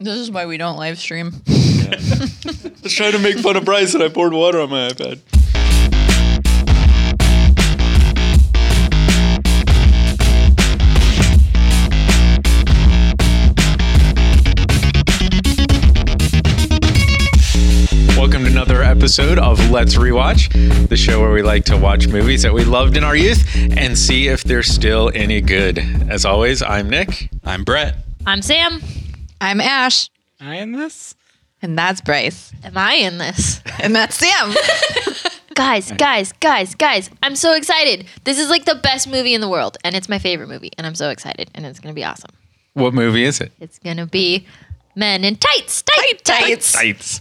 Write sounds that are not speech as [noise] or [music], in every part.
This is why we don't live stream. I was trying to make fun of Bryce and I poured water on my iPad. Welcome to another episode of Let's Rewatch, the show where we like to watch movies that we loved in our youth and see if they're still any good. As always, I'm Nick. I'm Brett. I'm Sam. I'm Ash, I in this? and that's Bryce, Am I in this? and that's Sam. [laughs] guys, guys, guys, guys, I'm so excited. This is like the best movie in the world, and it's my favorite movie, and I'm so excited, and it's gonna be awesome. What movie is it? It's gonna be Men in Tights, tight, tights. Sights.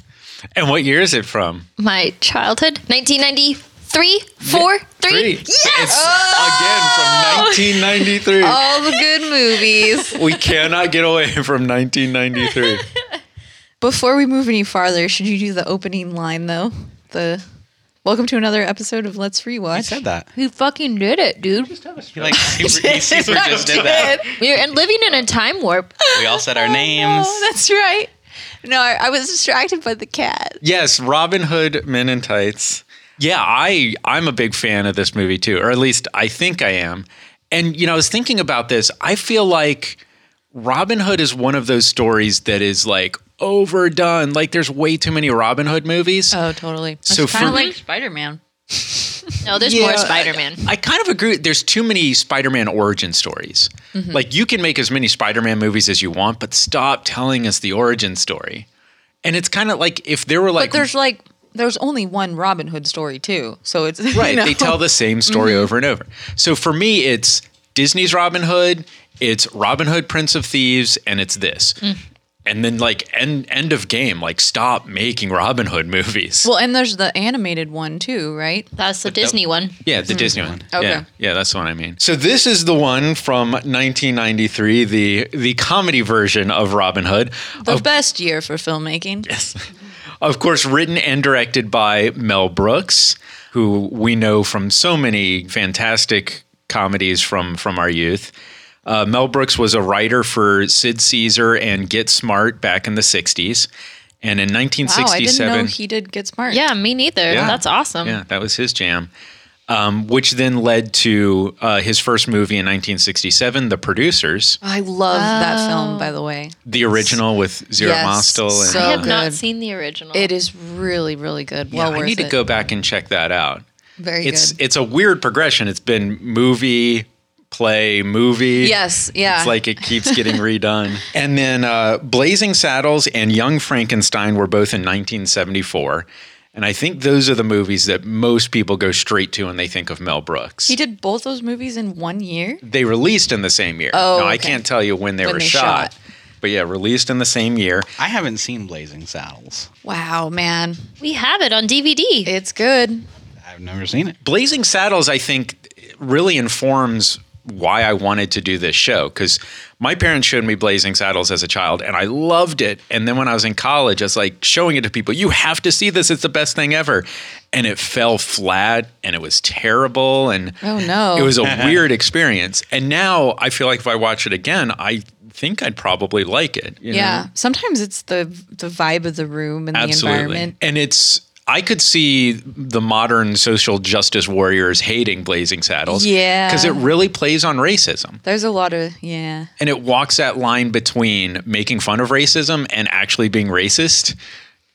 And what year is it from? My childhood, 1993, 4, 3. It's again from 1993. All the good movies. We cannot get away [laughs] from 1993. Before we move any farther, should you do the opening line though? The welcome to another episode of Let's I Rewatch. said that. Who fucking did it, dude? He like super, he super just did that. We're in- living in a time warp. We all said our names. Oh, that's right. No, I, I was distracted by the cat. yes, Robin Hood Men in Tights. Yeah, I I'm a big fan of this movie too, or at least I think I am. And you know, I was thinking about this. I feel like Robin Hood is one of those stories that is like overdone. Like there's way too many Robin Hood movies. Oh, totally. So kind for- of like Spider Man. No, there's Yeah, more Spider Man. I kind of agree. There's too many Spider-Man origin stories. Mm-hmm. Like you can make as many Spider-Man movies as you want, but stop telling us the origin story. And it's kind of like if there were like But there's like there's only one Robin Hood story too. So it's [laughs] [laughs] right, you know. Mm-hmm. they tell the same story over and over. So for me, it's Disney's Robin Hood, it's Robin Hood Prince of Thieves, and it's this. Mm. And then like end end of game, like stop making Robin Hood movies. Well, and there's the animated one too, right? That's the Disney one. Yeah, the Disney one. Okay. Yeah, yeah, that's the one I mean. So this is the one from 1993, the the comedy version of Robin Hood. The best year for filmmaking. Of course, written and directed by Mel Brooks, who we know from so many fantastic comedies from from our youth. Uh, Mel Brooks was a writer for Sid Caesar and Get Smart back in the 60s, and in Wow, Oh, I 1967. didn't know he did Get Smart. Yeah, me neither. Yeah. That's awesome. Yeah, that was his jam. Um, which then led to uh, his first movie in 1967, The Producers, I love that film, by the way. the original with Zero Yes, Mostel. And, so I have not good. seen the original. It is really, really good. yeah, Well worth I need it. to go back and check that out. Very It's good. it's a weird progression. It's been movie, play, movie. Yes, yeah. It's like it [laughs] keeps getting redone. And then uh, Blazing Saddles and Young Frankenstein were both in 1974. And I think those are the movies that most people go straight to when they think of Mel Brooks. he did both those movies in one year. they released in the same year. Oh, now, I okay. can't tell you when they When were they shot, shot. but yeah, released in the same year. I haven't seen Blazing Saddles. Wow, man, we have it on DVD. it's good. I've never seen it. Blazing Saddles, I think, really informs why I wanted to do this show because my parents showed me Blazing Saddles as a child and I loved it. And then when I was in college, I was like showing it to people, you have to see this, it's the best thing ever. And it fell flat and it was terrible. And Oh, [laughs] no. it was a weird experience. And now I feel like if I watch it again, I think I'd probably like it. you Yeah. Sometimes it's the the vibe of the room and the environment. And it's I could see the modern social justice warriors hating Blazing Saddles. Yeah. Because it really plays on racism. There's a lot of yeah. And it walks that line between making fun of racism and actually being racist.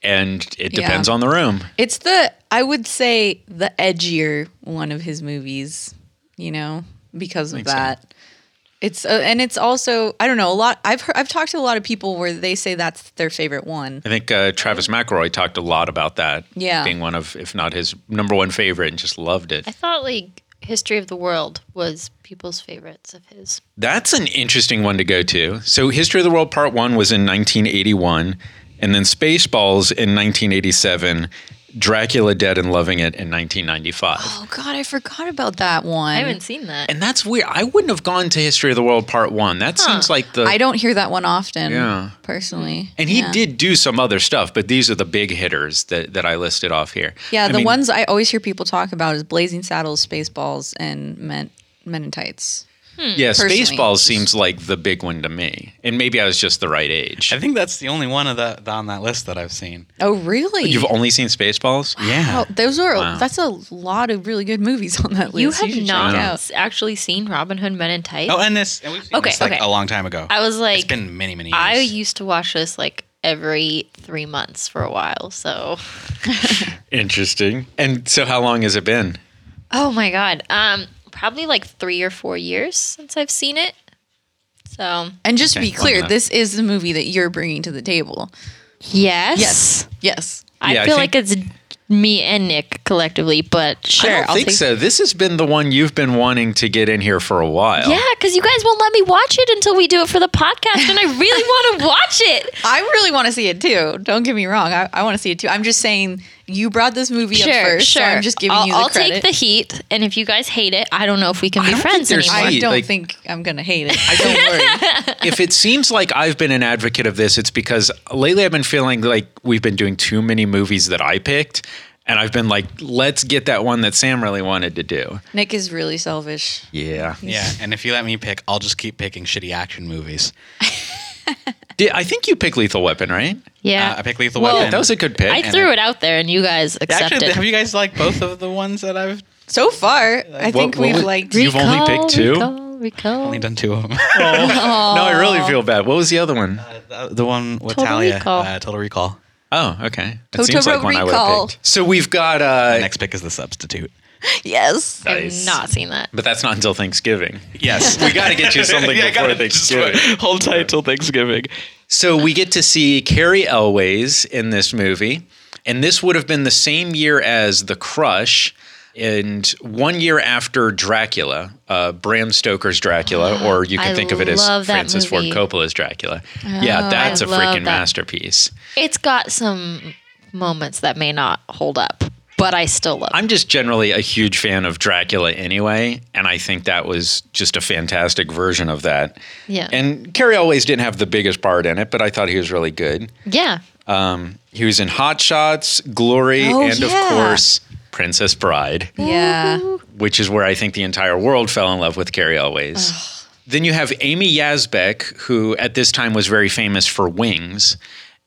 And it Yeah. depends on the room. It's the I would say the edgier one of his movies, you know, because of so. that. It's uh, and it's also I don't know a lot. I've heard, I've talked to a lot of people where they say that's their favorite one. I think uh, Travis McElroy talked a lot about that. Yeah. Being one of, if not his number one favorite, and just loved it. I thought like History of the World was people's favorites of his. That's an interesting one to go to. So, History of the World Part 1 was in 1981, and then Spaceballs in 1987, Dracula Dead and Loving It in 1995. Oh God, I forgot about that one. I haven't seen that. Mm-hmm. And that's weird. I wouldn't have gone to History of the World Part 1. That seems like the. I don't hear that one often. Yeah. personally. and he yeah. did do some other stuff, but these are the big hitters that, that I listed off here. Yeah, I the mean, ones I always hear people talk about is Blazing Saddles, Spaceballs, and Men Men in Tights. yeah, Personally. Spaceballs seems like the big one to me, and maybe I was just the right age. I think that's the only one of the on that list that I've seen. Oh, really? You've only seen Spaceballs? Yeah. Oh, those are Wow. that's a lot of really good movies on that list. You have should check not it out. s- actually seen Robin Hood Men in Tights. Oh, and this. And we've seen Okay, this, like okay. a long time ago. I was it's like, been many, many years. I used to watch this like every three months for a [sighs] while. So, Interesting. And so, how long has it been? oh my god, um, probably like three or four years since I've seen it. So And just to be Okay, why clear, not? this is the movie that you're bringing to the table. yes, Yes, yes. I Yeah, I feel think- like it's me and Nick collectively, but sure, I don't I'll think take- so. This has been the one you've been wanting to get in here for a while. Yeah, because you guys won't let me watch it until we do it for the podcast, and I [laughs] really want to watch it. I really want to see it too. Don't get me wrong. I, I want to see it too. I'm just saying you brought this movie up first, so I'm just giving I'll, you the I'll credit. take the heat, and if you guys hate it, I don't know if we can be don't think friends there's- anymore. I Right, don't like- think I'm gonna hate it. [laughs] I don't worry. if it seems like I've been an advocate of this, it's because lately I've been feeling like we've been doing too many movies that I picked. And I've been like, let's get that one that Sam really wanted to do. Nick is really selfish. Yeah. Yeah, and if you let me pick, I'll just keep picking shitty action movies. Did, I think you picked Lethal Weapon, right? yeah, Uh, I picked Lethal Well, Weapon. That was a good pick. I threw it out there, and you guys accepted. Actually, have you guys liked both of the ones that I've So far, I What- think what we've was- liked. You've only picked two? Recall, recall. only done [laughs] two of them? [laughs] no, I really feel bad. What was the other one? Uh, the one with Total Talia, Recall. uh, Total Recall. Oh, okay. That Totoro seems like one I would Recall. have picked. So we've got The uh next pick is the substitute. Yes. I've not seen that. but that's not until Thanksgiving. Yes, We got to [laughs] get you something Yeah, I before gotta just Thanksgiving. [laughs] hold tight till Thanksgiving. So we get to see Carrie Elways in this movie, and this would have been the same year as The Crush, and one year after Dracula, uh, Bram Stoker's [gasps] Dracula, or you can I think of it as love that Francis Ford movie. Oh, Coppola's Dracula. yeah, that's a love freaking that. masterpiece. It's got some moments that may not hold up, but I still love. it. I'm just generally a huge fan of Dracula anyway, and I think that was just a fantastic version of that. Yeah. And Carrie Elways didn't have the biggest part in it, but I thought he was really good. yeah, Um, he was in Hot Shots, Glory, Oh, and of yeah. course Princess Bride, Yeah. which is where I think the entire world fell in love with Carrie Always. Then you have Amy Yazbek, who at this time was very famous for Wings,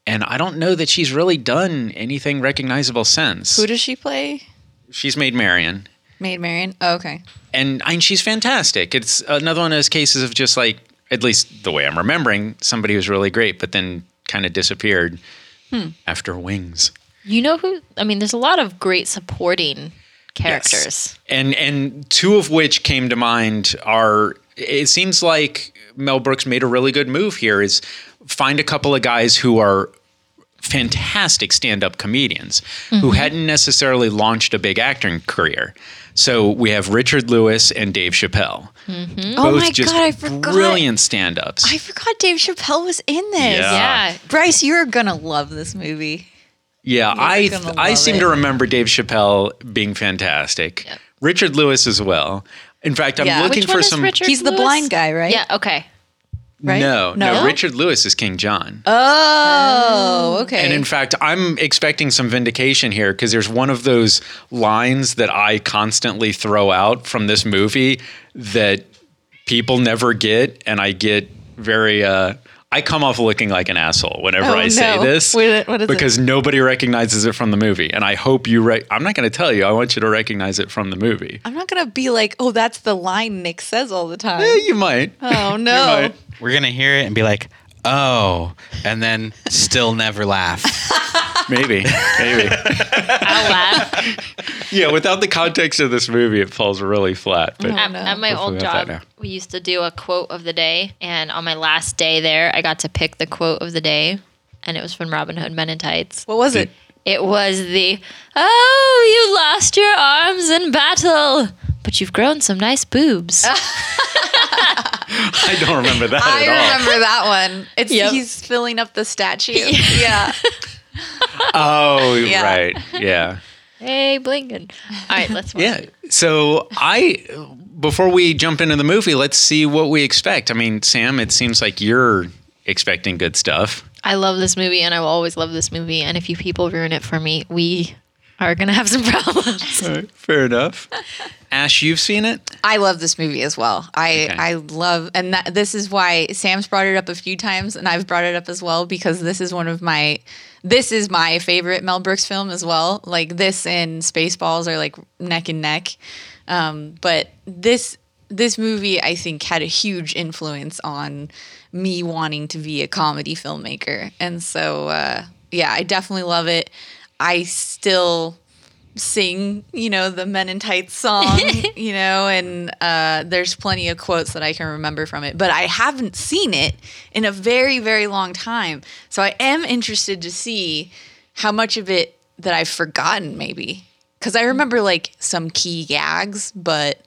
and I don't know that she's really done anything recognizable since. Who does she play? she's made Marion, Maid Marian. Oh, okay. and I mean she's fantastic. It's another one of those cases of just like, at least the way I'm remembering, somebody who's really great, but then kind of disappeared Hmm. after Wings. you know who? I mean, there's a lot of great supporting characters. and and two of which came to mind are it seems like Mel Brooks made a really good move here is find a couple of guys who are fantastic stand-up comedians Mm-hmm. who hadn't necessarily launched a big acting career. So we have Richard Lewis and Dave Chappelle. Oh Both my just god, I forgot. brilliant stand-ups. I forgot Dave Chappelle was in this. Yeah. Yeah, Bryce, you're gonna love this movie. yeah, I gonna I love seem it. to remember Dave Chappelle being fantastic. Richard Lewis as well. In fact, I'm Yeah. looking Which for one is some Richard He's the Lewis? blind guy, right? Yeah. Okay. Right? No, no, No? Richard Lewis is King John. Oh, okay. and in fact, I'm expecting some vindication here because there's one of those lines that I constantly throw out from this movie that people never get. And I get very, uh, I come off looking like an asshole whenever Oh, I say no. this What- what is it? because nobody recognizes it from the movie. And I hope you, re- I'm not going to tell you, I want you to recognize it from the movie. I'm not gonna be like, oh, that's the line Nick says all the time. Eh, you might. Oh no. might. We're gonna hear it and be like, "Oh," and then still never laugh. Maybe. [laughs] Maybe. I'll laugh. yeah, without the context of this movie, it falls really flat. But at, no. at my We'll old figure out that job, now. we used to do a quote of the day, and on my last day there, I got to pick the quote of the day, and it was from Robin Hood Men in Tights. What was it? It was the "Oh, you lost your arms in battle, but you've grown some nice boobs." [laughs] I don't remember that I at all. remember that one. It's Yep. he's filling up the statue. [laughs] Yeah. Oh, Yeah. right. Yeah. hey, blinking! All right, let's watch. Yeah. So I before we jump into the movie, let's see what we expect. I mean, Sam, it seems like you're expecting good stuff. I love this movie, and I will always love this movie. And if you people ruin it for me, we are going to have some [laughs] problems. All right, fair enough. Ash, you've seen it? I love this movie as well. I Okay. I love, and that, this is why Sam's brought it up a few times, and I've brought it up as well because this is one of my, this is my favorite Mel Brooks film as well. Like this and Spaceballs are like neck and neck, um, but this this movie I think had a huge influence on me wanting to be a comedy filmmaker, and so uh, yeah, I definitely love it. I still sing, you know, the Men in Tights song, you know, and uh, there's plenty of quotes that I can remember from it. But I haven't seen it in a very, very long time. So I am interested to see how much of it that I've forgotten, maybe. Because I remember like some key gags, but.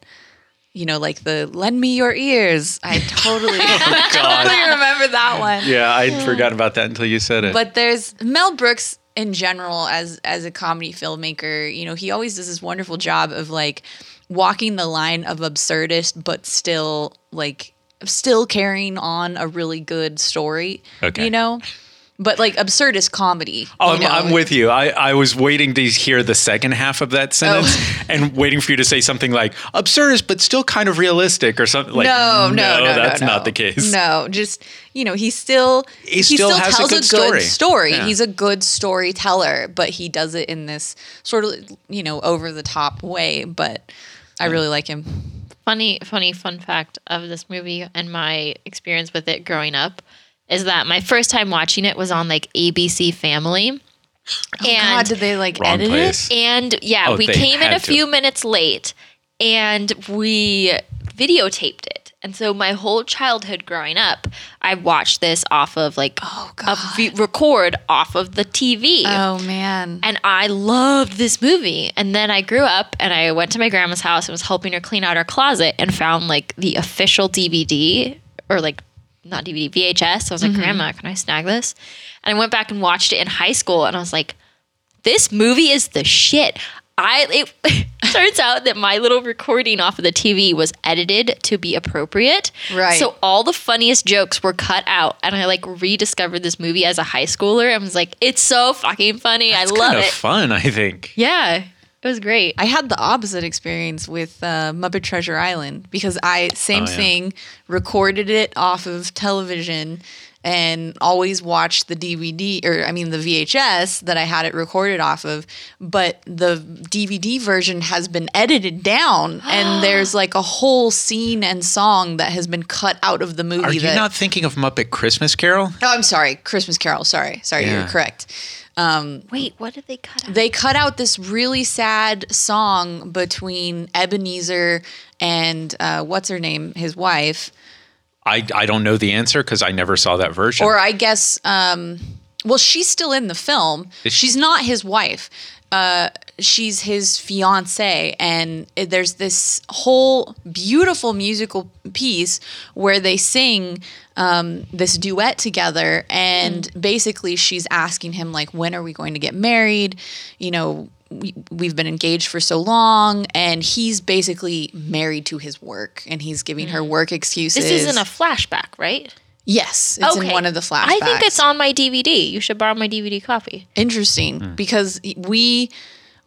You know, like the lend me your ears. I totally, [laughs] totally remember that one Yeah, I'd forgotten about that until you said it. but there's Mel Brooks in general as as a comedy filmmaker, you know, he always does this wonderful job of like walking the line of absurdist but still like still carrying on a really good story. Okay. You know? But like absurdist comedy. Oh, you I'm, know? I'm with you. I, I was waiting to hear the second half of that sentence Oh. [laughs] and waiting for you to say something like absurdist, but still kind of realistic or something. Like, no, no, no, no, that's no. not the case. No, just you know, he still He still has a good story. Yeah. He's a good storyteller, but he does it in this sort of you know over the top way. But I really like him. funny, funny, fun fact of this movie and my experience with it growing up is that my first time watching it was on like ABC Family. Oh, God, did they like Wrong edit place. And yeah, Oh, we they came in had a to. few minutes late and we videotaped it. And so my whole childhood growing up, I watched this off of like a v- record off of the TV. it? Oh man, And I loved this movie. And then I grew up and I went to my grandma's house and was helping her clean out her closet and found like the official DVD or like not DVD, VHS. So I was like, Grandma, can I snag this? And I went back and watched it in high school and I was like, this movie is the shit. I it [laughs] turns out that my little recording off of the TV was edited to be appropriate. Right. So all the funniest jokes were cut out and I like rediscovered this movie as a high schooler and was like, it's so fucking funny. I It's love kind of it. fun, I think. yeah. It was great. I had the opposite experience with uh, Muppet Treasure Island because I same Oh, yeah. thing recorded it off of television and always watched the DVD or I mean the VHS that I had it recorded off of, but the DVD version has been edited down [gasps] and there's like a whole scene and song that has been cut out of the movie. Are you that, not thinking of Muppet Christmas Carol? Oh, I'm sorry, Christmas Carol. Sorry, sorry, Yeah. you're correct. Um, Wait, what did they cut out? they cut out this really sad song between Ebenezer and uh, what's her name, his wife, I, I don't know the answer because I never saw that version. or I guess, um, well, she's still in the film. She's not his wife. Uh, she's his fiance, and it- there's this whole beautiful musical piece where they sing um, this duet together, and Mm. basically she's asking him like, "When are we going to get married?" You know, we, we've been engaged for so long and he's basically married to his work and he's giving her work excuses Mm. This isn't a flashback, right? yes it's in one of the flashbacks I think it's on my DVD. You should borrow my DVD copy. interesting Mm. because we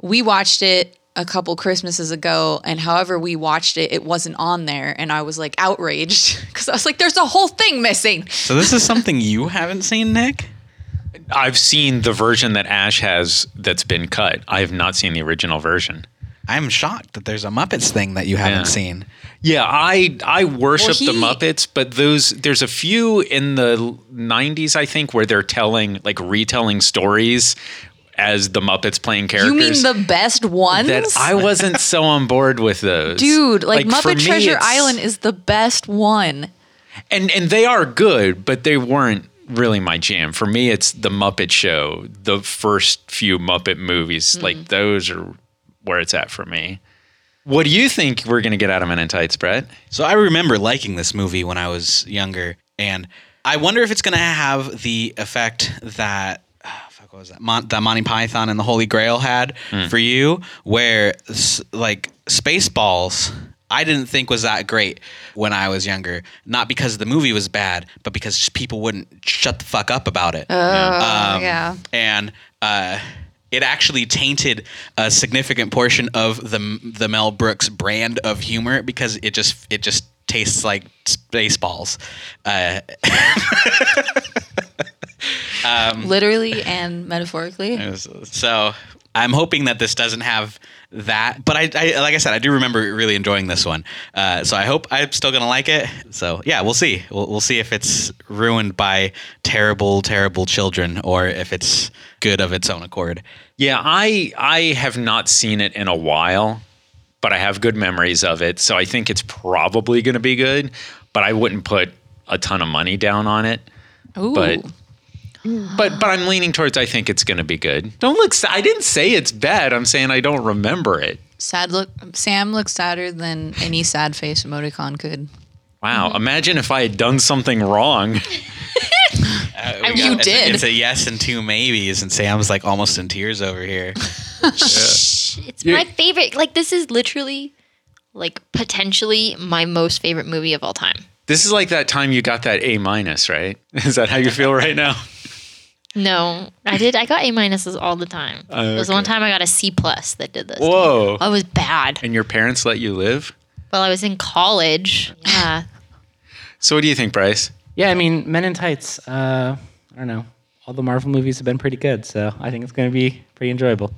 we watched it a couple Christmases ago, and however we watched it, it wasn't on there, and I was like outraged [laughs] because I was like, "There's a whole thing missing." So this is something you haven't seen, Nick? I've seen the version that Ash has that's been cut. I have not seen the original version. I'm shocked that there's a Muppets thing that you haven't Yeah. seen. Yeah, I I worship Well, the he- Muppets, but those there's a few in the '90s I think where they're telling like retelling stories as the Muppets playing You mean characters. the best ones, that I wasn't so on board with those, dude? Like, for Muppet me, Treasure it's- Island is the best one. and and they are good, but they weren't really my jam. For me, it's the Muppet Show, the first few Muppet movies, like those are where it's at for me. What do you think we're gonna get out of Men in Tights, Brett? So I remember liking this movie when I was younger, and I wonder if it's going to have the effect that ah, fuck what was that Mon- that Monty Python and the Holy Grail had for you, where s- like Spaceballs. I didn't think was that great when I was younger, not because the movie was bad, but Um, because people wouldn't shut the fuck up about it. yeah. and uh, it actually tainted a significant portion of the the Mel Brooks brand of humor because it just it just tastes like Spaceballs. Uh, um, literally and metaphorically. [laughs] so I'm hoping that this doesn't have that. But I, I like I said, I do remember really enjoying this one. Uh, so I hope I'm still gonna like it. So yeah, we'll see. We'll, we'll see if it's ruined by terrible, terrible children or if it's good of its own accord. Yeah, I I have not seen it in a while, but I have good memories of it, so I think it's probably going to be good. But I wouldn't put a ton of money down on it. Ooh. But but but I'm leaning towards I think it's going to be good. Don't look. s- I didn't say it's bad. I'm saying I don't remember it. Sad look. Sam looks sadder than any sad face emoticon could. Wow. Imagine if I had done something wrong. [laughs] We you it's a- did. it's a yes and two maybes, and Sam's like almost in tears over here. It's my favorite. Like this is literally like potentially my most favorite movie of all time. This is like that time you got that A minus, right? [laughs] Is that how you feel right now? No, I did. I got A minuses all the time. It was the one okay. time I got a C plus that did this. Whoa. I was bad. And your parents let you live? Well, I was in college. [laughs] Yeah. So what do you think, Bryce? Yeah, I mean, Men in Tights. Uh, I don't know. All the Marvel movies have been pretty good, so I think it's going to be pretty enjoyable.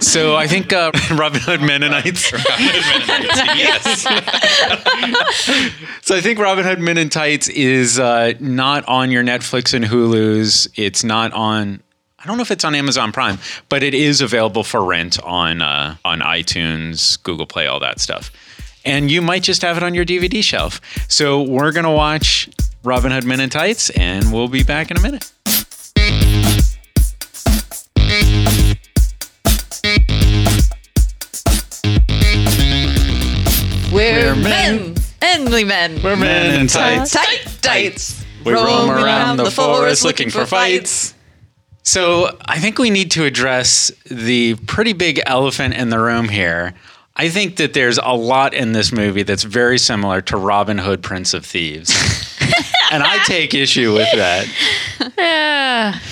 So I think uh, [laughs] Robin Hood Mennonites. [laughs] yes. So I think Robin Hood Men in Tights is uh, not on your Netflix and Hulu's. It's not on. I don't know if it's on Amazon Prime, but it is available for rent on uh, on iTunes, Google Play, all that stuff. And you might just have it on your DVD shelf. So we're gonna watch Robin Hood Men in Tights, and we'll be back in a minute. We're, We're men. men. and we men. We're Men in Tights. tight tights. We roam around the forest looking for fights. So I think we need to address the pretty big elephant in the room here. I think that there's a lot in this movie that's very similar to Robin Hood, Prince of [laughs] Thieves. and I take issue with that.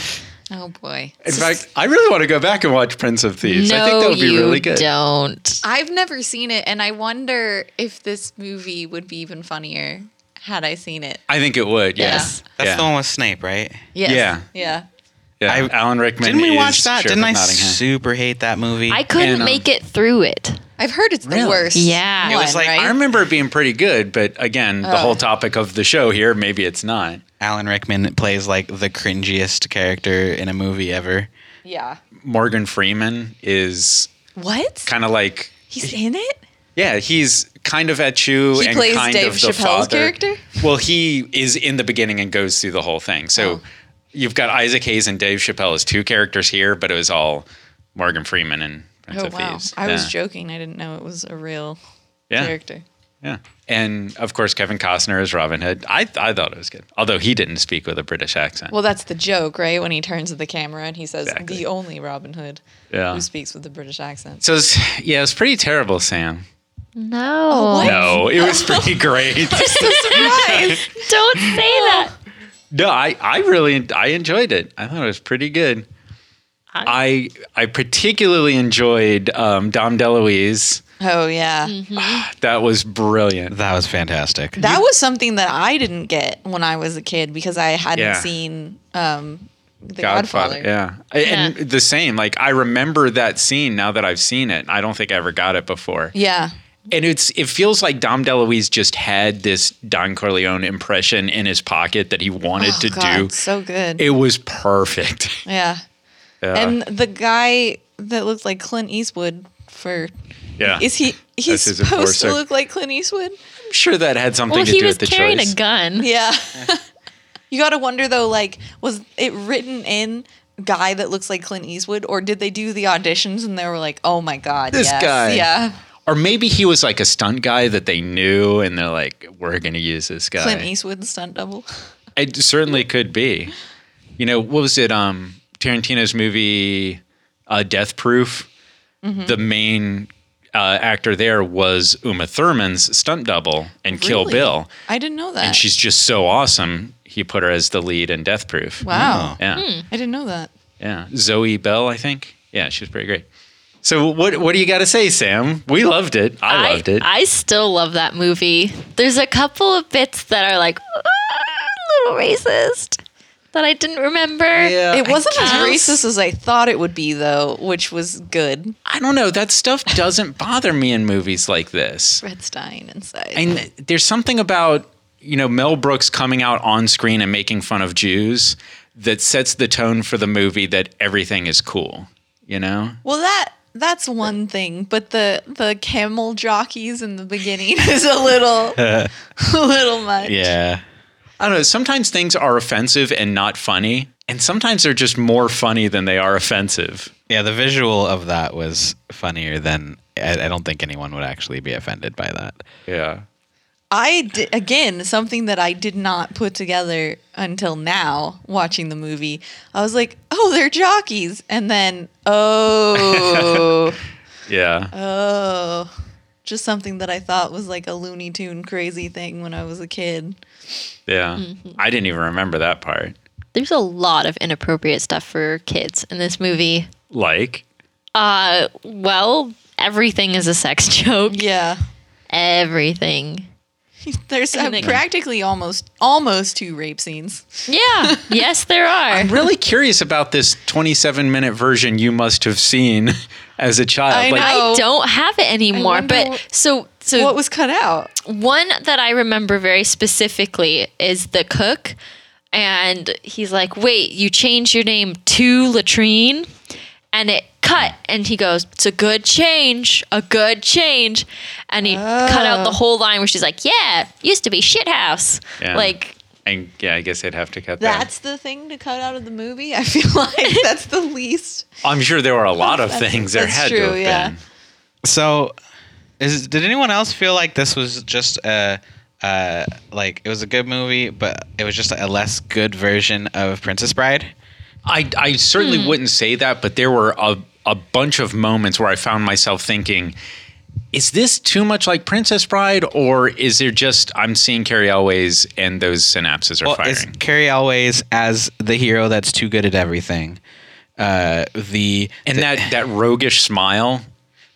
Oh boy. In fact, I really want to go back and watch Prince of Thieves. no, I think that would be you really good. don't. I've never seen it, and I wonder if this movie would be even funnier had I seen it. I think it would. Yes. That's yeah. the one with Snape, right? Yes. Yeah. Yeah. Yeah. I- Alan Rickman. Didn't we is watch that? Sheriff Didn't of I Nottingham. super hate that movie? I couldn't And, um, make it through it. I've heard it's the Really? worst. Yeah. It one, was like, right? I remember it being pretty good, but again, the whole topic of the show here, maybe it's not. Alan Rickman plays like the cringiest character in a movie ever. yeah. Morgan Freeman is What? kind of like He's in it? yeah, he's kind of at you He and plays kind Dave of the Chappelle's father. character? Well, he is in the beginning and goes through the whole thing. So Oh. you've got Isaac Hayes and Dave Chappelle as two characters here, but it was all Morgan Freeman and Prince Oh of wow. Thieves. I was yeah. joking. I didn't know it was a real Yeah. character. yeah. And of course, Kevin Costner is Robin Hood. I I thought it was good, although he didn't speak with a British accent. Well, that's the joke, right? When he turns to the camera and he says, Exactly. "The only Robin Hood Yeah. who speaks with the British [laughs] accent." so it's, yeah, it's pretty terrible, Sam. No. what? No, it was [laughs] pretty great. Don't say that. No, I, I really I enjoyed it. I thought it was pretty good. I I, particularly enjoyed um, Dom DeLuise. Oh yeah, That was brilliant. That was fantastic. that was something that I didn't get when I was a kid because I hadn't Yeah. seen um, the Godfather. Yeah. I- And the same. Like I remember that scene now that I've seen it. I don't think I ever got it before. Yeah. And it's it feels like Dom DeLuise just had this Don Corleone impression in his pocket that he wanted Oh, to God, do. so good. It was perfect. [laughs] yeah. And the guy that looks like Clint Eastwood for yeah. is he he's That's his supposed to enforcer. look like Clint Eastwood? I'm sure that had something Well, to he do was with the carrying choice. a gun. Yeah. [laughs] you got to wonder though, like, was it written in guy that looks like Clint Eastwood, or did they do the auditions and they were like, oh my god, This yes. guy. yeah, Or maybe he was like a stunt guy that they knew and they're like, we're going to use this guy. Clint Eastwood stunt double. It certainly could be. You know, what was it? Um, Tarantino's movie uh, Death Proof. Mm-hmm. The main uh, actor there was Uma Thurman's stunt double in Kill Really? Bill. I didn't know that. And she's just so awesome. He put her as the lead in Death Proof. wow, Hmm. Yeah. I didn't know that. Yeah, Zoe Bell, I think. Yeah, she was pretty great. So what what do you got to say, Sam? We loved it. I, loved it. I still love that movie. There's a couple of bits that are like "Ah, a little racist that I didn't remember. Uh, It wasn't as guess. racist as I thought it would be, though, which was good. I don't know. That stuff doesn't bother me in movies like this. Red Stein inside. And there's something about, you know, Mel Brooks coming out on screen and making fun of Jews that sets the tone for the movie that everything is cool, you know? well, that that's one thing, but the the camel jockeys in the beginning [laughs] is a little a little much. Yeah. I don't know. Sometimes things are offensive and not funny, and sometimes they're just more funny than they are offensive. Yeah, the visual of that was funnier than I, I don't think anyone would actually be offended by that. Yeah. I di- again something that I did not put together until now watching the movie. I was like, "Oh, they're jockeys," and then, "Oh, Yeah. oh," just something that I thought was like a Looney Tune crazy thing when I was a kid. yeah. I didn't even remember that part. There's a lot of inappropriate stuff for kids in this movie. Like, Uh, well, everything is a sex [laughs] joke. Yeah, Everything. there's uh, practically almost almost two rape scenes. Yeah. [laughs] yes, there are. I'm really curious about this 27 minute version you must have seen [laughs] as a child. I like, know. I don't have it anymore. wonder but what- so so What was cut out? one that I remember very specifically is the cook. And he's like, wait, you changed your name to Latrine? And it cut. And he goes, it's a good change, a good change. And he cut out the whole line where she's like, yeah, used to be shithouse. Yeah. Like, And yeah, I guess they'd have to cut that. That's the thing to cut out of the movie. I feel [laughs] like that's the least. I'm sure there were a lot [laughs] of That's- things there that's had to true, have yeah. been. So, is did anyone else feel like this was just a uh, like it was a good movie, but it was just a less good version of Princess Bride? I, I certainly Hmm. wouldn't say that, but there were a, a bunch of moments where I found myself thinking, is this too much like Princess Bride, or is there just I'm seeing Carrie Elways and those synapses are Well, firing? it's Carrie Always as the hero that's too good at everything. Uh, the and that, that roguish smile,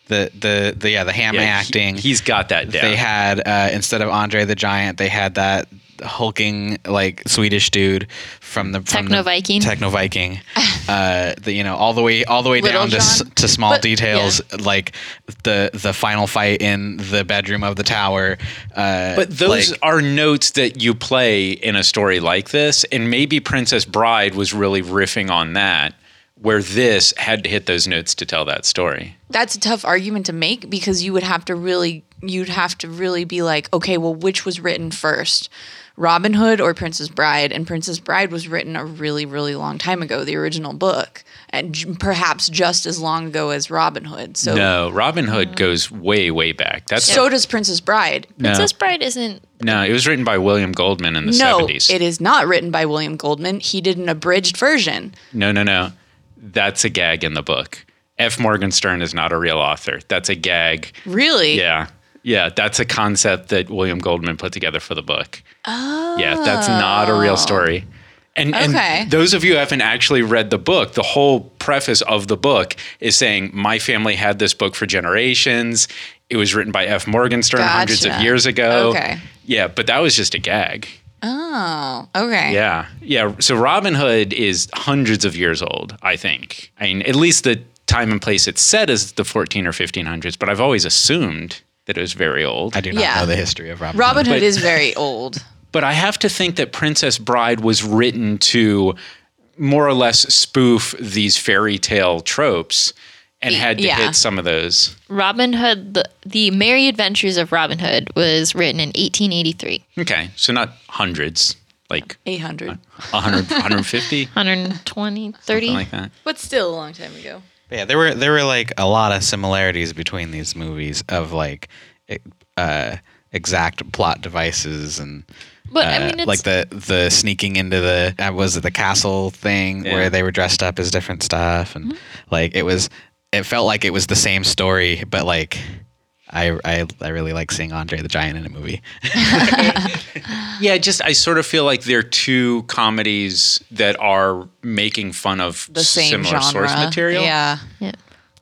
the the the yeah the ham yeah, he- acting. he's got that down. They had uh, instead of Andre the Giant, they had that hulking like Swedish dude from the from the- Techno Viking. Techno [laughs] Viking. uh, the, you know, all the way all the way Little down to, s- John. to small But- details like the the final fight in the bedroom of the tower. Uh, But those like- are notes that you play in a story like this, and maybe Princess Bride was really riffing on that, where this had to hit those notes to tell that story. that's a tough argument to make because you would have to really you'd have to really be like okay well which was written first robin hood or princess bride and princess bride was written a really really long time ago the original book and j- perhaps just as long ago as robin hood so No, Robin Hood goes way, way back. That's Mm-hmm. so does princess bride Princess Bride isn't. no. It was written by William Goldman in the no seventies. it is not written by william goldman he did an abridged version no, no, no. That's a gag in the book. F. Morgan Stern is not a real author. That's a gag. really Yeah, yeah. That's a concept that William Goldman put together for the book. Oh. Yeah, that's not a real story. And, Okay. and those of you who haven't actually read the book, the whole preface of the book is saying, My family had this book for generations. It was written by F. Morgenstern hundreds of Gotcha. years ago. Okay. Yeah, but that was just a gag. oh okay Yeah. Yeah. So Robin Hood is hundreds of years old, I think. I mean, at least the time and place it's set is the 14 or 1500s, but I've always assumed that it was very old. I do not Yeah. know the history of Robin. robin hood But- is very old But I have to think that Princess Bride was written to more or less spoof these fairy tale tropes and had to yeah. hit some of those. Robin Hood, the, the Merry Adventures of Robin Hood, was written in 1883. Okay. So not hundreds, like 800 100, 150, 120, 30. something like that. but still a long time ago But Yeah, there were there were like a lot of similarities between these movies of like e- uh, exact plot devices and But, I uh, mean, it's- like the the sneaking into the uh, was it the castle thing Yeah. where they were dressed up as different stuff and like it was it felt like it was the same story but like I, I, I really like seeing Andre the Giant in a movie. [laughs] Yeah, just I sort of feel like they're two comedies that are making fun of the same similar genre. source material. Yeah. Yeah.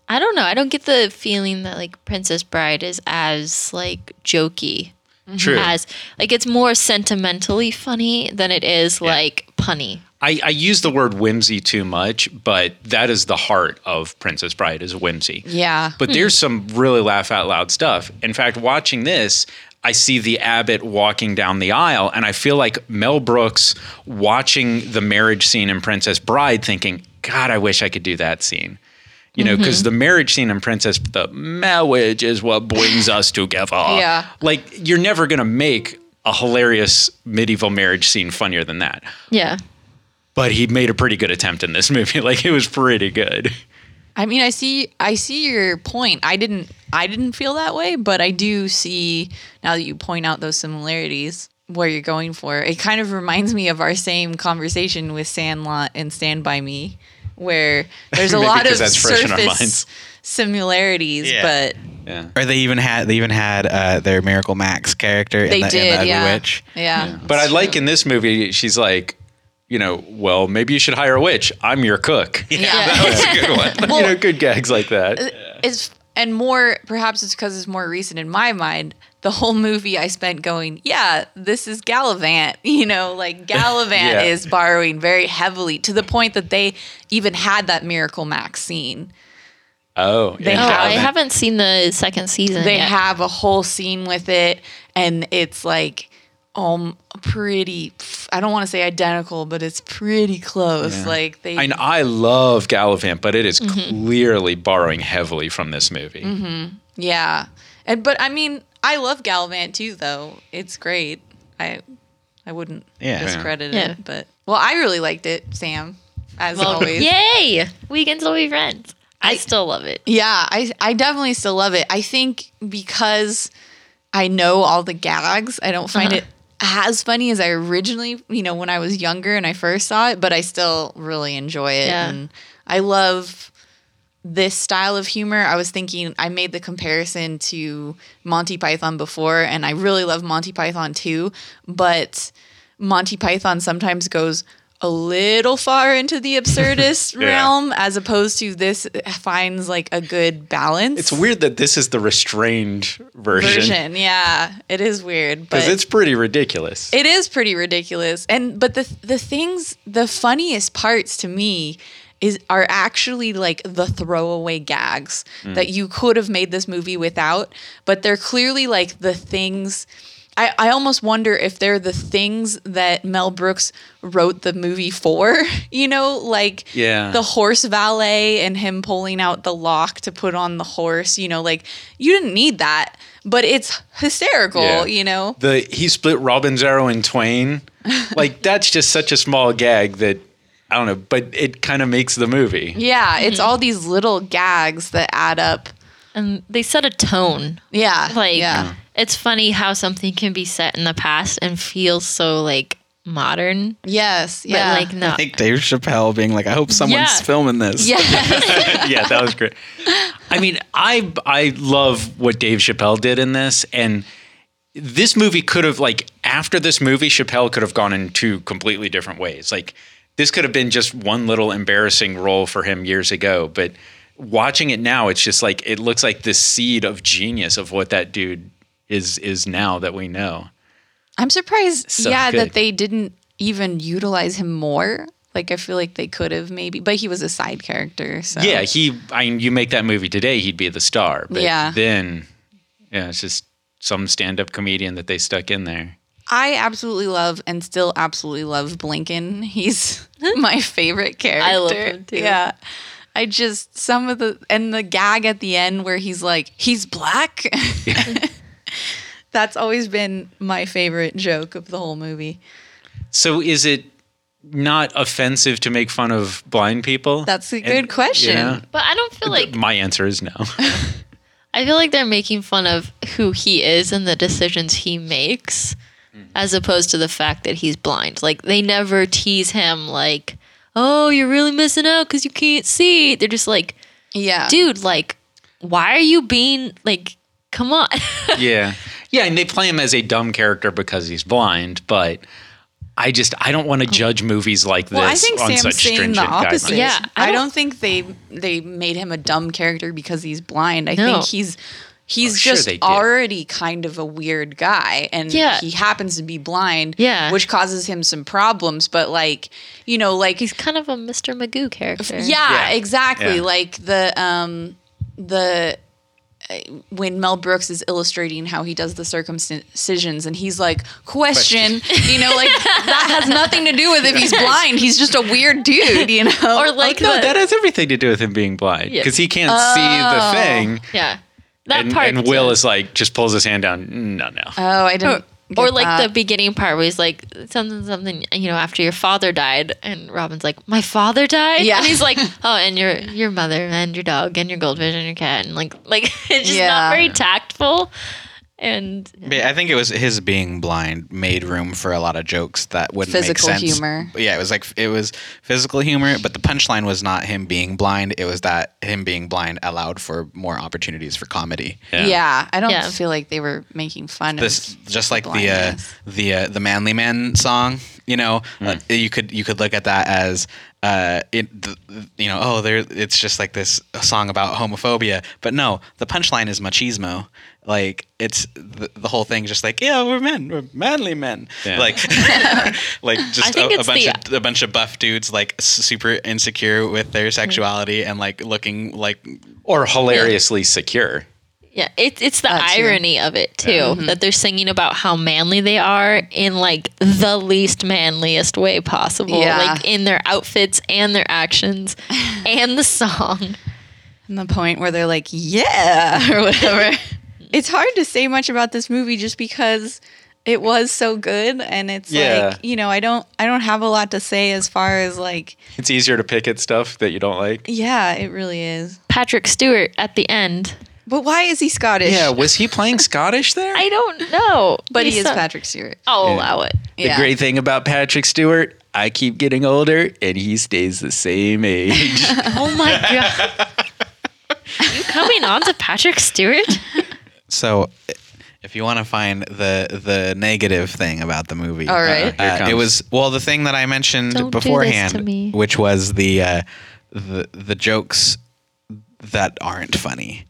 I don't know. I don't get the feeling that like Princess Bride is as like jokey True. as like it's more sentimentally funny than it is like punny. I, I use the word whimsy too much, but that is the heart of Princess Bride is whimsy. Yeah. Hmm. But there's some really laugh out loud stuff. In fact, watching this, I see the abbot walking down the aisle, and I feel like Mel Brooks watching the marriage scene in Princess Bride, thinking, God, I wish I could do that scene. You know, Mm-hmm. because the marriage scene in Princess, the marriage is what [sighs] brings us together. Yeah. Like, you're never going to make a hilarious medieval marriage scene funnier than that. Yeah. But he made a pretty good attempt in this [laughs] movie. Like, it was pretty good. I mean, I see I see your point. I didn't I didn't feel that way, but I do see now that you point out those similarities where you're going for. It kind of reminds me of our same conversation with Sandlot and Stand by Me where there's a [laughs] Maybe lot 'cause of that's fresh in our minds. surface similarities, Yeah. but Yeah. or they even had they even had uh, their Miracle Max character in they the, in the did, Ugly yeah. Witch. yeah. But I like in this movie, she's like, you know, well, maybe you should hire a witch. I'm your cook. [laughs] Yeah. uh, a good [laughs] one. you know, good gags like that. it's and more perhaps it's because it's more recent in my mind the whole movie i spent going yeah this is gallivant [laughs] you know like gallivant [laughs] Yeah. is borrowing very heavily to the point that they even had that miracle max scene Mm-hmm. Oh, They and Oh, have I it. haven't seen the second season. they yet. have a whole scene with it and it's like um pretty i don't want to say identical but it's pretty close like they And I love Gallivant, but it is Mm-hmm. clearly borrowing heavily from this movie. yeah and but i mean i love gallivant too though it's great i i wouldn't Yeah. discredit Yeah. it. But well, I really liked it, Sam, as always. Yay! We can still be friends. I, still love it. Yeah, I I definitely still love it. I think because I know all the gags, I don't find it as funny as I originally, you know, when I was younger and I first saw it, but I still really enjoy it Yeah. and I love this style of humor. I was thinking I made the comparison to Monty Python before and I really love Monty Python too, but Monty Python sometimes goes a little far into the absurdist Yeah. realm as opposed to this finds like a good balance It's weird that this is the restrained version version. Yeah, it is weird, but because it's pretty ridiculous. it is pretty ridiculous. And but the the things the funniest parts to me is are actually like the throwaway gags Mm. that you could have made this movie without, but they're clearly like the things I, I almost wonder if they're the things that Mel Brooks wrote the movie for, [laughs] you know, like Yeah. the horse valet and him pulling out the lock to put on the horse, you know, like you didn't need that, but it's hysterical, Yeah. you know. the he split Robin's arrow in twain. Like that's just such a small gag that I don't know, but it kind of makes the movie. Yeah, it's Mm-hmm. all these little gags that add up. And they set a tone. Yeah. Like yeah. it's funny how something can be set in the past and feel so like modern. Yes. Yeah. But like no. [laughs] Like Dave Chappelle being like, I hope someone's Yeah. filming this. yes. [laughs] yeah, that was great. I mean, I I love what Dave Chappelle did in this, and this movie could have like after this movie, Chappelle could have gone in two completely different ways. Like this could have been just one little embarrassing role for him years ago, but watching it now, it's just like it looks like this seed of genius of what that dude is is now that we know. I'm surprised So yeah good. that they didn't even utilize him more. Like I feel like they could have maybe, but he was a side character. So Yeah, he. I mean, you make that movie today, he'd be the star. But Yeah. Then, yeah, it's just some stand-up comedian that they stuck in there. I absolutely love and still absolutely love Blinken. [laughs] He's [laughs] my favorite character. I love him too. Yeah. I just some of the and the gag at the end where he's like, he's black. [laughs] That's always been my favorite joke of the whole movie. So is it not offensive to make fun of blind people? That's a And- good question. yeah. But I don't feel like My answer [laughs] is no. I feel like they're making fun of who he is and the decisions he makes Mm-hmm. as opposed to the fact that he's blind. Like they never tease him like, "Oh, you're really missing out cuz you can't see." They're just like, Yeah. "Dude, like why are you being like come on. yeah. Yeah, and they play him as a dumb character because he's blind, but I just I don't want to judge movies like this Well, I think on Sam's such saying stringent the opposite. guidelines. Yeah, I I don't, don't- think they they made him a dumb character because he's blind. I No. think he's he's Oh, sure just they did. already kind of a weird guy, and Yeah. he happens to be blind. Yeah. which causes him some problems. But like you know, like He's kind of a Mr. Magoo [laughs] character. yeah, Yeah. exactly. Yeah. Like the um the uh, when Mel Brooks is illustrating how he does the circumcisions and he's like question, you know, like that has nothing to do with if he's blind. He's just a weird dude, you know. Or like No, the, that has everything to do with him being blind Yeah. because he can't Oh. see the thing. yeah. That and, part Uh, and Will yeah. is like just pulls his hand down. No, no. Oh, I or, didn't. get or like the that. beginning part where he's like something something you know after your father died and Robin's like my father died Yeah. and he's [laughs] like oh and your your mother and your dog and your goldfish and your cat and like like [laughs] it's just Yeah. not very tactful and But I think it was his being blind made room for a lot of jokes that wouldn't Physical make sense. humor. Yeah, it was like it was physical humor, but the punchline was not him being blind. It was that him being blind allowed for more opportunities for comedy. yeah. I don't Yeah. feel like they were making fun This of just like the uh, blindness. the uh, the manly man song. You know, uh, you could you could look at that as. Uh, it, th- you know, oh, there. It's just like this song about homophobia, but no, the punchline is machismo. Like it's the, the whole thing, just like yeah, we're men, we're manly men. Yeah. [laughs] Like, [laughs] like I just think a, a it's bunch the- of a bunch of buff dudes, like s- super insecure with their sexuality and like looking like Or hilariously secure. yeah it, it's the That too. irony of it too that they're singing about how manly they are in like the least manliest way possible Yeah. like in their outfits and their [laughs] actions and the song and the point where they're like, yeah, [laughs] or [laughs] whatever. it's hard to say much about this movie just because it was so good and it's Yeah. like, you know, I don't I don't have a lot to say as far as like, It's easier to pick at stuff that you don't like. yeah, it really is. Patrick Stewart at the end But why is he Scottish? Yeah, was he [laughs] playing Scottish there? I don't know But he is Patrick. Patrick Stewart. I'll allow it. the yeah. great thing about Patrick Stewart, I keep getting older and he stays the same [laughs] age. Oh my god. you coming on to Patrick Stewart? So, if you want to find the the negative thing about the movie, All right. Uh-oh, here uh, comes. it was well the thing that I mentioned Don't do this beforehand, to me. which was the uh, the the jokes that aren't funny.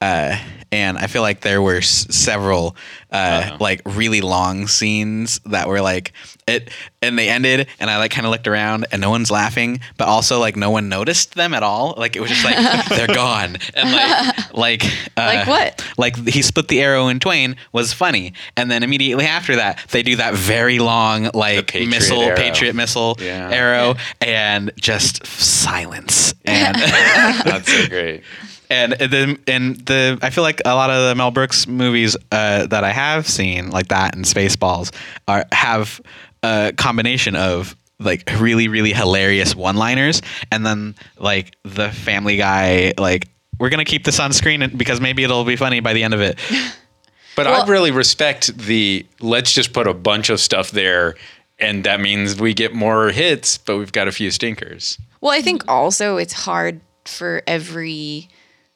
Uh, and I feel like there were s- several Uh-huh. uh, like really long scenes that were like it, and they ended, and I like kind of looked around, and no one's laughing, but also like no one noticed them at all. Like it was [laughs] just like they're gone, and like like uh, Like what? like he split the arrow in twain was funny, and then immediately after that they do that very long like Patriot missile arrow. patriot missile Yeah. arrow and just [laughs] silence and. [laughs] Not so great. and the and the I feel like a lot of the Mel Brooks movies uh, that I have seen, like that and Spaceballs, are have a combination of like really really hilarious one-liners and then like the Family Guy like we're gonna keep this on screen and- because maybe it'll be funny by the end of [laughs] it. But I really respect the let's just put a bunch of stuff there and that means we get more hits, but we've got a few stinkers. Well, I think also it's hard for every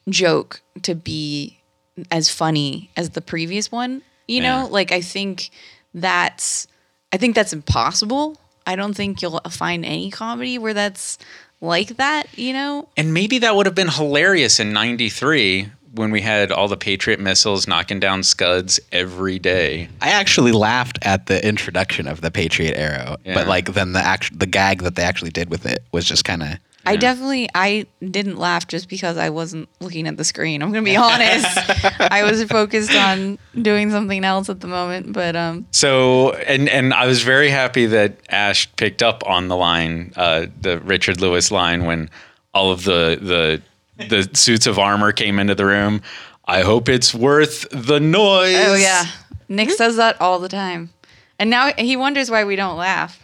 joke to be as funny as the previous one. You know, Yeah. like I think that's I think that's impossible. I don't think you'll find any comedy where that's like that, you know? And maybe that would have been hilarious in 93 when we had all the Patriot missiles knocking down scuds every day. I actually laughed at the introduction of the Patriot arrow, Yeah. but like then the act the gag that they actually did with it was just kind of I definitely I didn't laugh just because I wasn't looking at the screen. I'm going to be honest. I was focused on doing something else at the moment, but um So, and and I was very happy that Ash picked up on the line, uh, the Richard Lewis line, when all of the the the suits of armor came into the room. I hope it's worth the noise. Oh yeah, Hmm? Nick says that all the time, and now he wonders why we don't [laughs] laugh.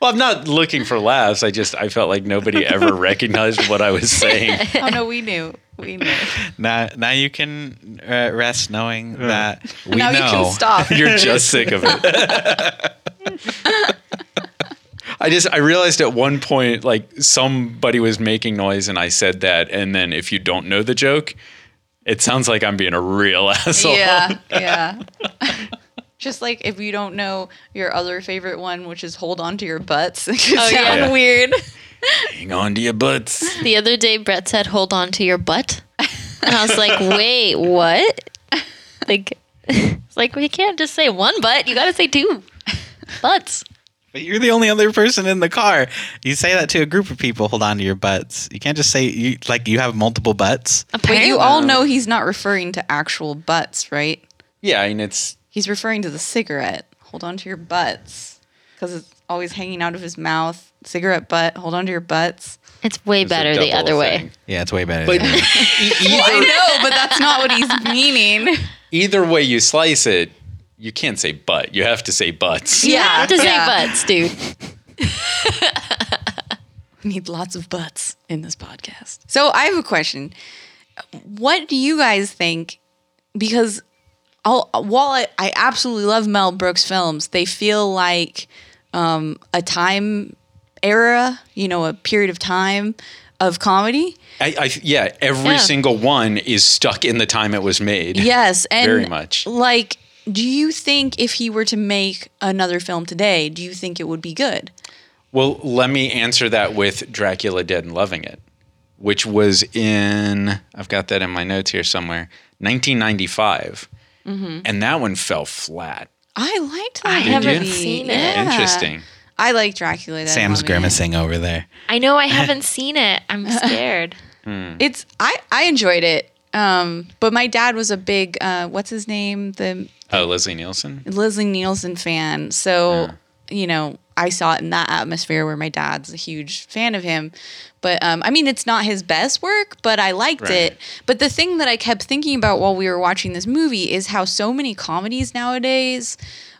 Well, I'm not looking for laughs. I just I felt like [laughs] nobody ever recognized what I was saying. oh no, we knew, we knew. now now you can uh, rest knowing that we now you know can [laughs] stop. You're just sick of it. I just I realized at one point like somebody was making noise and I said that and then if you don't know the joke It sounds like I'm being a real [laughs] asshole. Yeah, [laughs] yeah. Just like if you don't know your other favorite one, which is hold on to your butts. [laughs] It could [laughs] Oh, yeah. sound Yeah. weird. Hang on to your butts. The other day, Brett said, "Hold on to your butt," and I was [laughs] like, "Wait, what?" Like, [laughs] it's like we can't just say one butt. You got to say two butts. But you're the only other person in the car. You say that to a group of people. Hold on to your butts. You can't just say you like you have multiple butts. But you all know he's not referring to actual butts, right? Yeah, I mean it's He's referring to the cigarette. Hold on to your butts. Because it's always hanging out of his mouth. Cigarette butt. Hold on to your butts. It's way a better the double other way. thing. Yeah, it's way better. But e- than- I either, know, but that's not what he's [laughs] meaning. either way you slice it, you can't say butt. You have to say butts. You Yeah, have to yeah. say butts, [laughs] dude. We need lots of butts in this podcast. So I have a question. What do you guys think? Because I'll, while I, I absolutely love Mel Brooks films, they feel like um, a time era, you know, a period of time of [laughs] comedy. I, I, yeah, every Yeah. single one is stuck in the time it was made. Yes, and Very much. Like, do you think if he were to make another film today, do you think it would be good? Well, let me answer that with Dracula Dead and Loving It, which was in, I've got that in my notes here somewhere, 1995. And that one fell flat. I liked that. I movie. haven't seen it. Yeah. Interesting. I like Dracula. Dead and Sam's Loving It. grimacing over there. I know I haven't seen it. [laughs] I'm scared. It's I I enjoyed it. Um, but my dad was a big uh, what's his name the Oh, Leslie Nielsen? Leslie Nielsen fan, so you know I saw it in that atmosphere where my dad's a huge fan of him. But um, I mean, it's not his best work, but I liked it. But the thing that I kept thinking about while we were watching this movie is how so many comedies nowadays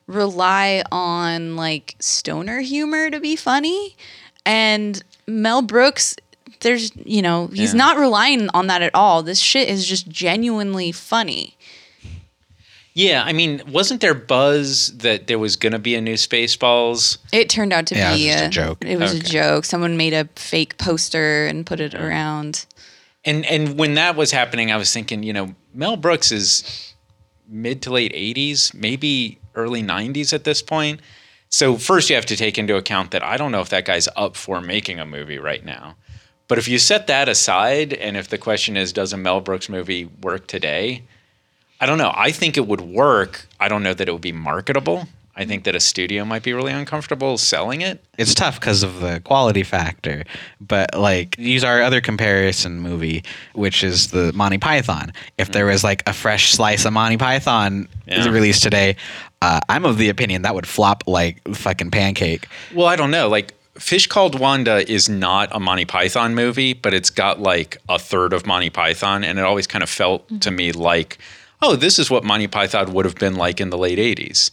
rely on like stoner humor to be funny, and Mel Brooks. There's, you know, he's Yeah. not relying on that at all. This shit is just genuinely funny. Yeah, I mean, wasn't there buzz that there was going to be a new Spaceballs? It turned out to Yeah, it was be just a joke. It was a Okay. joke. Someone made a fake poster and put it around. And and when that was happening, I was thinking, you know, Mel Brooks is mid to late 80s, maybe early 90s at this point. So first you have to take into account that I don't know if that guy's up for making a movie right now. But if you set that aside and if the question is does a Mel Brooks movie work today? I don't know. I think it would work. I don't know that it would be marketable. I think that a studio might be really uncomfortable selling it. It's tough because of the quality factor. But like, use our other comparison movie, which is the Monty Python. If there was like a fresh slice of Monty Python Yeah. released today, uh, I'm of the opinion that would flop like fucking pancake. Well, I don't know. Like Fish Called Wanda is not a Monty Python movie, but it's got like a third of Monty Python, and it always kind of felt to Mm-hmm. me like, oh, this is what Monty Python would have been like in the late '80s.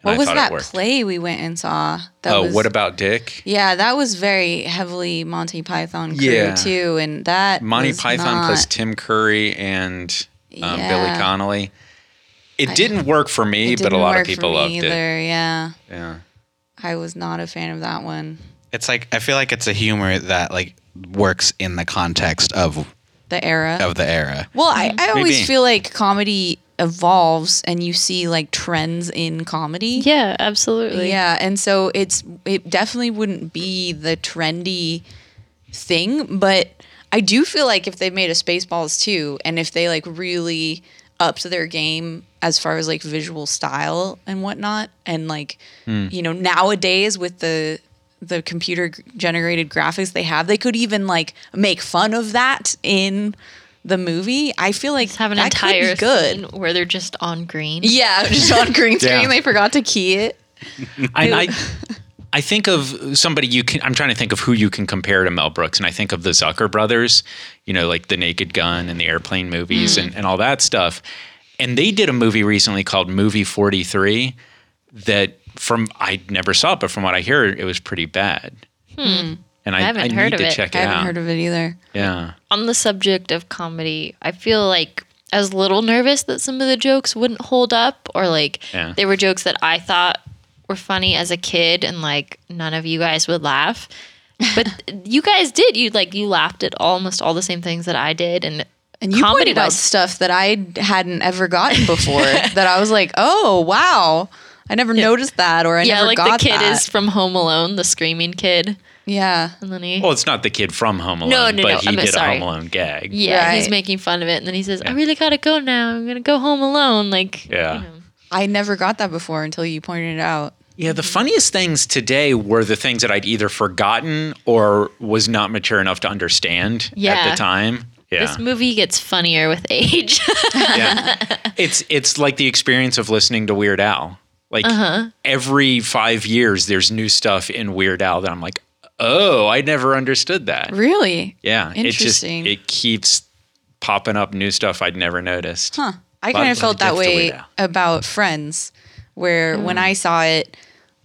And What I was thought that it worked. play we went and saw? That Oh, was, what about Dick? Yeah, that was very heavily Monty Python crew Yeah. too, and that Monty was Python plus not- Tim Curry and um, Yeah. Billy Connolly. It didn't work for me, It but a didn't lot of work for people me loved either. it. Yeah, Yeah. I was not a fan of that one. It's like I feel like it's a humor that like works in the context of The era. of the era. Well, I, I always Maybe. feel like comedy evolves, and you see like trends in comedy. Yeah, absolutely. Yeah, and so it's it definitely wouldn't be the trendy thing, but I do feel like if they made a Spaceballs too, and if they like really upped their game as far as like visual style and whatnot, and like you know nowadays with the the computer g- generated graphics they have, they could even like make fun of that in the movie. I feel like Have an that could be entire good. scene where they're just on green. Yeah, [laughs] just on green screen. Yeah. They forgot to key it. And I, I think of somebody you can. I'm trying to think of who you can compare to Mel Brooks, and I think of the Zucker brothers. You know, like the Naked Gun and the Airplane movies Hmm. and, and all that stuff. And they did a movie recently called Movie 43 that from I never saw it, but from what I hear, it was pretty bad. And I, I Hmm. haven't heard need of to it. check I it haven't out. heard of it either. yeah. On the subject of comedy, I feel like I was a little nervous that some of the jokes wouldn't hold up, or like Yeah. they were jokes that I thought were funny as a kid, and like none of you guys [laughs] would laugh. But you guys did. You like you laughed at almost all the same things that I did, and And you Comedy pointed out was- stuff that I hadn't ever gotten before [laughs] that I was like, oh, wow. I never noticed that or I yeah, never like the got kid that. is from Home Alone, the screaming kid, yeah. and then he. Well, it's not the kid from Home Alone, No, no, but no, he I'm did sorry. a Home Alone gag. yeah, he's Right. making fun of it, and then he says, "I really gotta go now. I'm gonna go home alone." Like, Yeah. you know. I never got that before until you pointed it out. Yeah, the funniest things today were the things that I'd either forgotten or was not mature enough to understand at Yeah. the time. Yeah. This movie gets funnier with age. yeah. [laughs] It's it's like the experience of listening to Weird Al. Like every 5 years there's new stuff in Weird Al that I'm like, "Oh, I never understood that." Really? Yeah, Interesting. it just it keeps popping up new stuff I'd never noticed. Huh. I But kind of felt gift that to way Weird Al. about Friends, where when I saw it,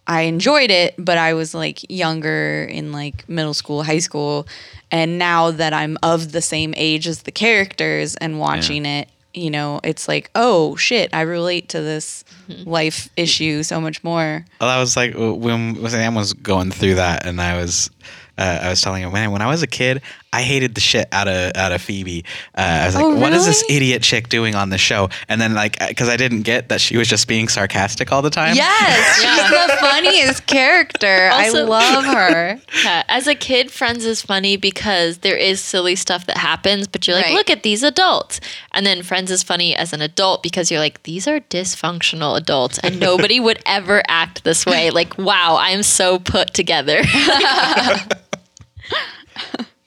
I enjoyed it, but I was like younger in like middle school, high school. And now that I'm of the same age as the characters and watching it, you know, it's like, oh shit, I relate to this life issue so much more. Well, I was like when Sam was going through that, and I was, uh, I was telling him, man, when I was a kid, I hated the shit out of out of Phoebe. Uh, I was like, Oh, what is this really? idiot chick doing on the show? And then like, because I didn't get that she was just being sarcastic all the time. Yes, [laughs] she's the funniest character. I Also- love her. Yeah, as a kid, Friends is funny because there is silly stuff that happens, but you're like, Right. look at these adults. And then Friends is funny as an adult because you're like, these are dysfunctional adults, and [laughs] nobody would ever act this way. Like, wow, I'm so put together. [laughs]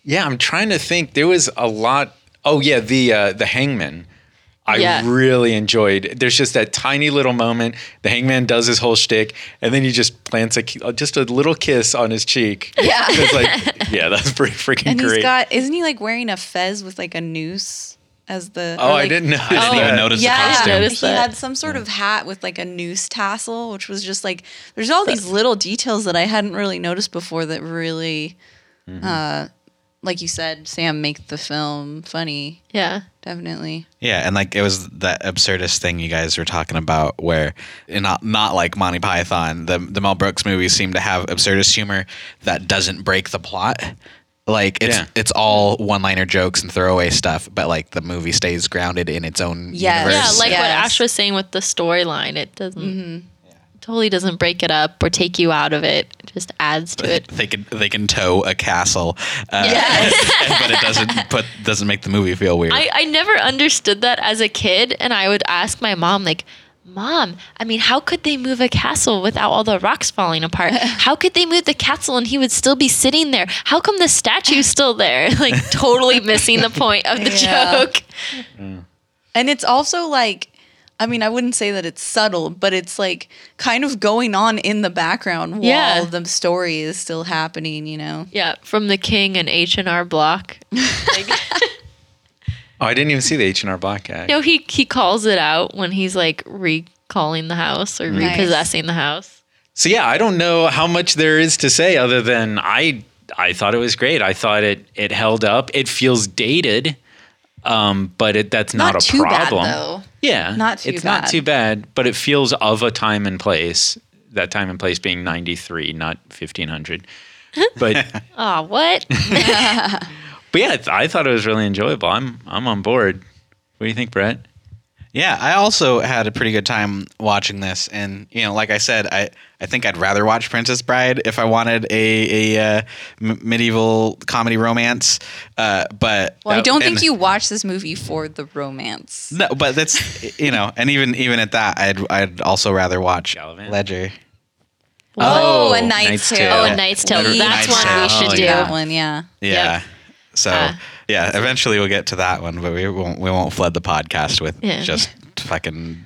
Yeah, I'm trying to think. There was a lot. Oh yeah, the uh, the hangman. I Yeah. really enjoyed. There's just that tiny little moment. The hangman does his whole shtick, and then he just plants a ki- uh, just a little kiss on his cheek. Yeah. [laughs] it's like yeah, that's pretty freaking And great. he's got, isn't he like wearing a fez with like a noose as the. oh, or, I like, didn't know. I didn't even that. notice the Yeah, costume. he Notice that. had some sort of hat with like a noose tassel, which was just like there's all these little details that I hadn't really noticed before that really, uh, like you said, Sam make the film funny. yeah. Definitely, Yeah, and like it was that absurdist thing you guys were talking about, where and not not like Monty Python, the the Mel Brooks movies seem to have absurdist humor that doesn't break the plot. Like it's Yeah. it's all one liner jokes and throwaway stuff, but like the movie stays grounded in its own Yes. Yeah, universe. like what Yes. Mm-hmm. Ash was saying with the storyline, it doesn't. Totally doesn't break it up or take you out of it. It just adds to [laughs] it. they can they can tow a castle, [laughs] uh, [laughs] but it doesn't put doesn't make the movie feel weird. I, I never understood that as a kid, and I would ask my mom, like, Mom, I mean, how could they move a castle without all the rocks falling [laughs] apart? How could they move the castle and he would still be sitting there? How come the statue's still there? [laughs] Like, totally missing the point of the Yeah. joke. and it's also like. I mean, I wouldn't say that it's subtle, but it's like kind of going on in the background while Yeah. the story is still happening, you know? Yeah, from the King and H and R Block. Like, Oh, I didn't even see the H and R Block guy. no, he he calls it out when he's like recalling the house or Nice. repossessing the house. So yeah, I don't know how much there is to say other than I I thought it was great. I thought it it held up. It feels dated, um, but it that's not, Not a too bad, problem. though. Yeah, Not too it's bad. not too bad, but it feels of a time and place. That time and place being ninety three, not fifteen [laughs] hundred. But Oh, what? but yeah, I th- I thought it was really enjoyable. I'm I'm on board. What do you think, Brett? Yeah, I also had a pretty good time watching this, and you know, like I said, I, I think I'd rather watch Princess Bride if I wanted a a uh, m- medieval comedy romance. Uh, but Well, I uh, don't and- think you watched this movie for the romance. No, but that's you know, and even even at that, I'd I'd also rather watch Gallivant? Ledger. Oh, A Knight's Tale. Oh, Yeah. A Knight's Tale. Knight's That's one Tale. we should Oh, do. That one, yeah. Yeah. Yep. So Uh. yeah, eventually we'll get to that one, but we won't we won't flood the podcast with Yeah. just fucking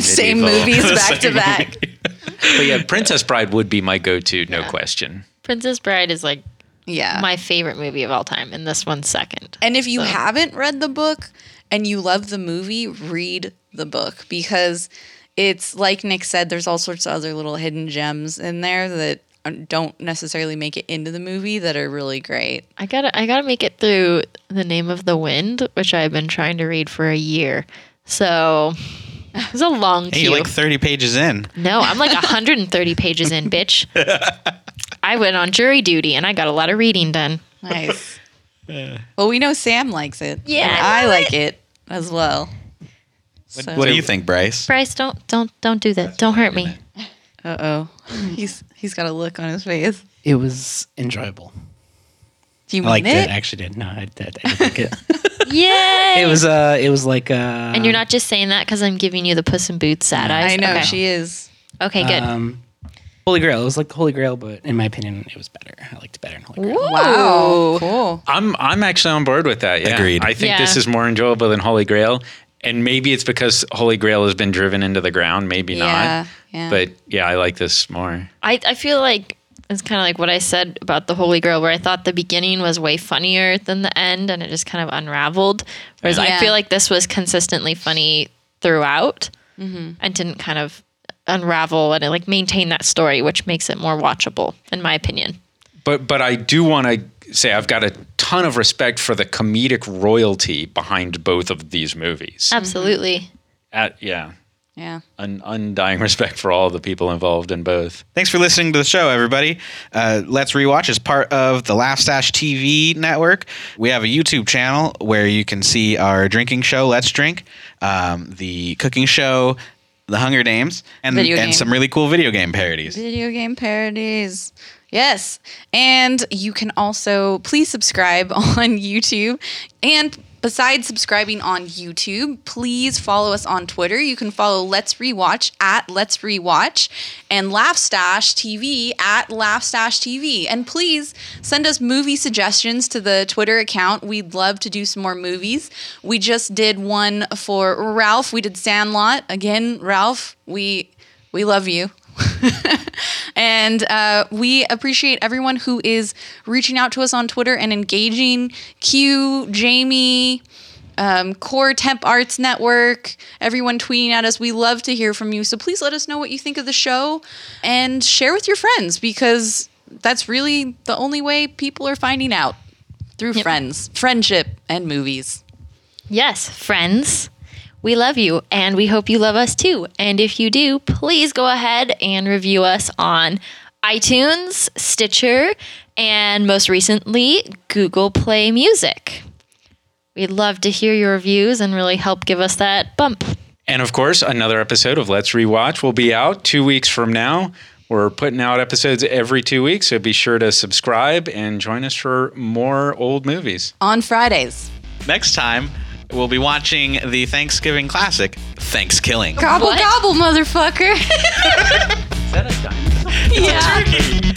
Same medieval- movies back [laughs] to back. [laughs] But yeah, Princess Bride would be my go to, no question. Princess Bride is like Yeah. my favorite movie of all time, and this one's second. and if you haven't read the book and you love the movie, read the book because it's like Nick said, there's all sorts of other little hidden gems in there that don't necessarily make it into the movie that are really great. I gotta, I gotta make it through the Name of the Wind, which I've been trying to read for a year. So it was a long Hey, you're queue. like 30 pages in. no, I'm like 130 pages in, bitch. I went on jury duty, and I got a lot of reading done. [laughs] Nice. Well, we know Sam likes it. Yeah, And I I love like it as well. What, what do you think, Bryce? Bryce, don't don't don't do that. don't hurt me. Uh oh, [laughs] he's he's got a look on his face. It was enjoyable. Do you I mean liked it. it? I actually did. No, I did. I did [laughs] like it. Yay! it was. Uh, it was like. Uh, and you're not just saying that because I'm giving you the Puss in Boots sad eyes. I know Okay. she Uh, is. Okay, good. Um, Holy Grail. It was like the Holy Grail, but in my opinion, it was better. I liked it better in Holy Grail. Wow, cool. I'm I'm actually on board with that. Yeah. Agreed. I think Yeah. this is more enjoyable than Holy Grail, and maybe it's because Holy Grail has been driven into the ground. Maybe Yeah, not. yeah. But yeah, I like this more. I, I feel like it's kind of like what I said about the Holy Grail, where I thought the beginning was way funnier than the end and it just kind of unraveled. Whereas I Yeah. feel like this was consistently funny throughout and didn't kind of unravel and it like maintain that story, which makes it more watchable, in my opinion. But but I do want to say I've got a ton of respect for the comedic royalty behind both of these movies. Uh, Absolutely. At, yeah, Yeah. an undying [laughs] respect for all the people involved in both. Thanks for listening to the show, everybody. Uh, Let's Rewatch is part of the Laugh Stash TV network. We have a YouTube channel where you can see our drinking show, Let's Drink, um, the cooking show, The Hunger Games, and, Video and game. some really cool video game parodies. Video game parodies. Yes. And you can also please subscribe [laughs] on YouTube. And besides subscribing on YouTube, please follow us on Twitter. You can follow Let's Rewatch at Let's Rewatch and Laugh Stash TV at Laugh Stash TV. And please send us movie suggestions to the Twitter account. We'd love to do some more movies. We just did one for Ralph. We did Sandlot. Again, Ralph, we we love you. [laughs] and uh, we appreciate everyone who is reaching out to us on Twitter and engaging. Q, Jamie, um, Core Temp Arts Network, everyone tweeting at us. We love to hear from you. So please let us know what you think of the show and share with your friends because that's really the only way people are finding out through friends, friendship, and movies. Yes, friends. We love you and we hope you love us too. And if you do, please go ahead and review us on iTunes, Stitcher, and most recently, Google Play Music. We'd love to hear your reviews and really help give us that bump. And of course, another episode of Let's Rewatch will be out two weeks from now. We're putting out episodes every two weeks, so be sure to subscribe and join us for more old movies. On Fridays. Next time, we'll be watching the Thanksgiving classic, Thanksgiving. Gobble, What? gobble, motherfucker. [laughs] Is that a dinosaur? yeah. turkey.